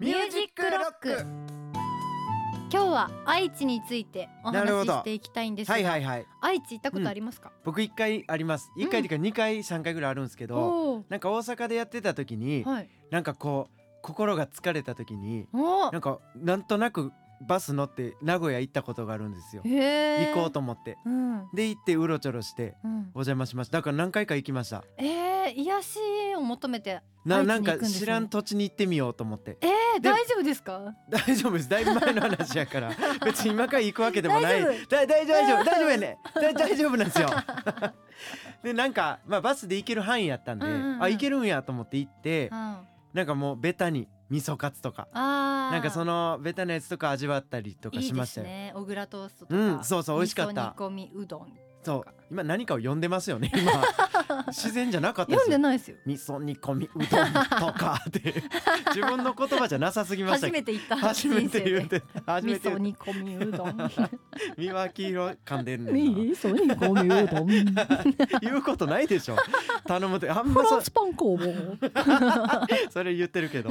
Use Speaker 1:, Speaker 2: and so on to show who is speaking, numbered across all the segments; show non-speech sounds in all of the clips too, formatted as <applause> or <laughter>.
Speaker 1: ミュージックロック
Speaker 2: 今日は愛知についてお
Speaker 1: な
Speaker 2: 話
Speaker 1: るほ
Speaker 2: し
Speaker 1: ど
Speaker 2: していきたいんですが、
Speaker 1: はいはいはい
Speaker 2: 愛知行ったことありますか、
Speaker 1: 僕一回あります一回というか二回三回ぐらいあるんですけど、
Speaker 2: お
Speaker 1: なんか大阪でやってた時に、
Speaker 2: おはい
Speaker 1: なんかこう心が疲れた時に
Speaker 2: お
Speaker 1: なんかなんとなくバス乗って名古屋行ったことがあるんですよ
Speaker 2: へえ
Speaker 1: 行こうと思って
Speaker 2: うん、うん、
Speaker 1: で行ってうろちょろしてお邪魔しましただから何回か行きました
Speaker 2: えー、癒しを求めて
Speaker 1: な
Speaker 2: 愛知に
Speaker 1: な
Speaker 2: 行く
Speaker 1: ん
Speaker 2: んですね
Speaker 1: か知らん土地に行ってみようと思って
Speaker 2: えー、
Speaker 1: で
Speaker 2: 大丈夫ですか
Speaker 1: 大丈夫ですだいぶ前の話や
Speaker 2: <laughs>
Speaker 1: から別に今から行くわけでもない
Speaker 2: 大丈夫
Speaker 1: だ大丈夫大丈夫大
Speaker 2: <laughs>
Speaker 1: 丈夫やねだ大丈夫なんですよ <laughs> でなんか、まあ、バスで行ける範囲やったんで、
Speaker 2: うんうんうん
Speaker 1: あ行けるんやと思って行って
Speaker 2: うんあ
Speaker 1: なんかもうベタに味噌カツとか
Speaker 2: あ
Speaker 1: なんかそ
Speaker 2: の
Speaker 1: のベタなやつとか味わったりとかしましたよ
Speaker 2: いいですね小倉トーストとか、
Speaker 1: うんそうそう美味しかった
Speaker 2: 味噌煮込みうどん
Speaker 1: そう今何かを呼んでますよね
Speaker 2: <laughs>
Speaker 1: 今自然じゃなかったで
Speaker 2: 読ん
Speaker 1: す
Speaker 2: で
Speaker 1: よ
Speaker 2: ないですよ
Speaker 1: 味噌煮込みうどんとかって
Speaker 2: <laughs>
Speaker 1: 自分の言葉じゃなさすぎました
Speaker 2: 初
Speaker 1: けど
Speaker 2: めて行った
Speaker 1: 初めて言う
Speaker 2: 人
Speaker 1: て初
Speaker 2: 生で
Speaker 1: め
Speaker 2: 味
Speaker 1: て言
Speaker 2: 噌
Speaker 1: うて
Speaker 2: 煮込みう
Speaker 1: <laughs>
Speaker 2: どん
Speaker 1: 三輪黄色噛んでんねんな
Speaker 2: 味噌煮込みうど
Speaker 1: <laughs>
Speaker 2: ん
Speaker 1: 言うことない
Speaker 2: <laughs>
Speaker 1: でしょ頼むってあん
Speaker 2: フ
Speaker 1: ま
Speaker 2: ラ
Speaker 1: そ
Speaker 2: ンスパン工房
Speaker 1: それ言ってるけ
Speaker 2: <laughs>
Speaker 1: ど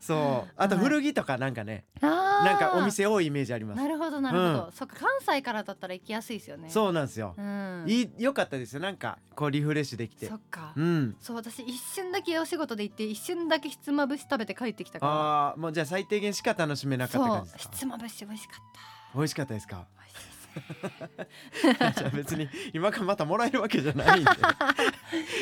Speaker 1: そうあと
Speaker 2: はい
Speaker 1: 古着とかなんかね、
Speaker 2: な
Speaker 1: なんかお店多いイメージあります
Speaker 2: なるほどなるほど、
Speaker 1: う
Speaker 2: そっか関西からだったら行きやすいですよねう、
Speaker 1: そうなんですよ、
Speaker 2: ん、
Speaker 1: いい良かったですよなんかこうリフレッシュできて
Speaker 2: そっか、
Speaker 1: うん
Speaker 2: そう私一瞬だけお仕事で行って一瞬だけひつまぶし食べて帰ってきたか
Speaker 1: あーもうじゃあ最低限しか楽しめ
Speaker 2: ら
Speaker 1: なかった
Speaker 2: そ
Speaker 1: 感
Speaker 2: う
Speaker 1: じです
Speaker 2: ひ
Speaker 1: か
Speaker 2: つまぶし美味しか
Speaker 1: <laughs>
Speaker 2: った
Speaker 1: 美味しかったですか
Speaker 2: 美味しいです
Speaker 1: <laughs> じゃあ別に今からまたもらえるわけじゃないんで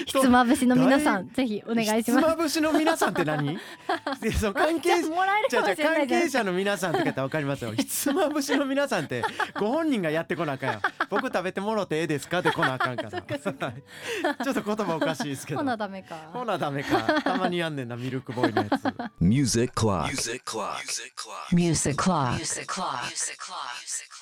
Speaker 2: ひつまぶしの皆さ
Speaker 1: だい
Speaker 2: んぜひ <laughs> お願いしま
Speaker 1: ひつ <laughs>
Speaker 2: す
Speaker 1: まぶしの皆さんって何
Speaker 2: <laughs>
Speaker 1: でその関係
Speaker 2: もらえる
Speaker 1: じ
Speaker 2: か
Speaker 1: ゃあ
Speaker 2: も
Speaker 1: じゃ
Speaker 2: し
Speaker 1: あ
Speaker 2: れ
Speaker 1: 関
Speaker 2: ないじゃん
Speaker 1: 係者の皆さんとかってわかります
Speaker 2: <laughs>
Speaker 1: よ。ひつまぶしの皆さんってご本人がやってこなあかん
Speaker 2: <laughs>
Speaker 1: よ。僕食べてもろてええですかってこなあかんから。
Speaker 2: そっかそっか
Speaker 1: はい <laughs> ちょっと言葉おかしいですけど。
Speaker 2: ほな
Speaker 1: ほ
Speaker 2: ダメか
Speaker 1: なダメか。たまにやんねんなミルクボーイのやつ。
Speaker 3: Music Clock.
Speaker 4: Music clock. Music clock.
Speaker 5: Music clock.
Speaker 4: Music clock. Music clock.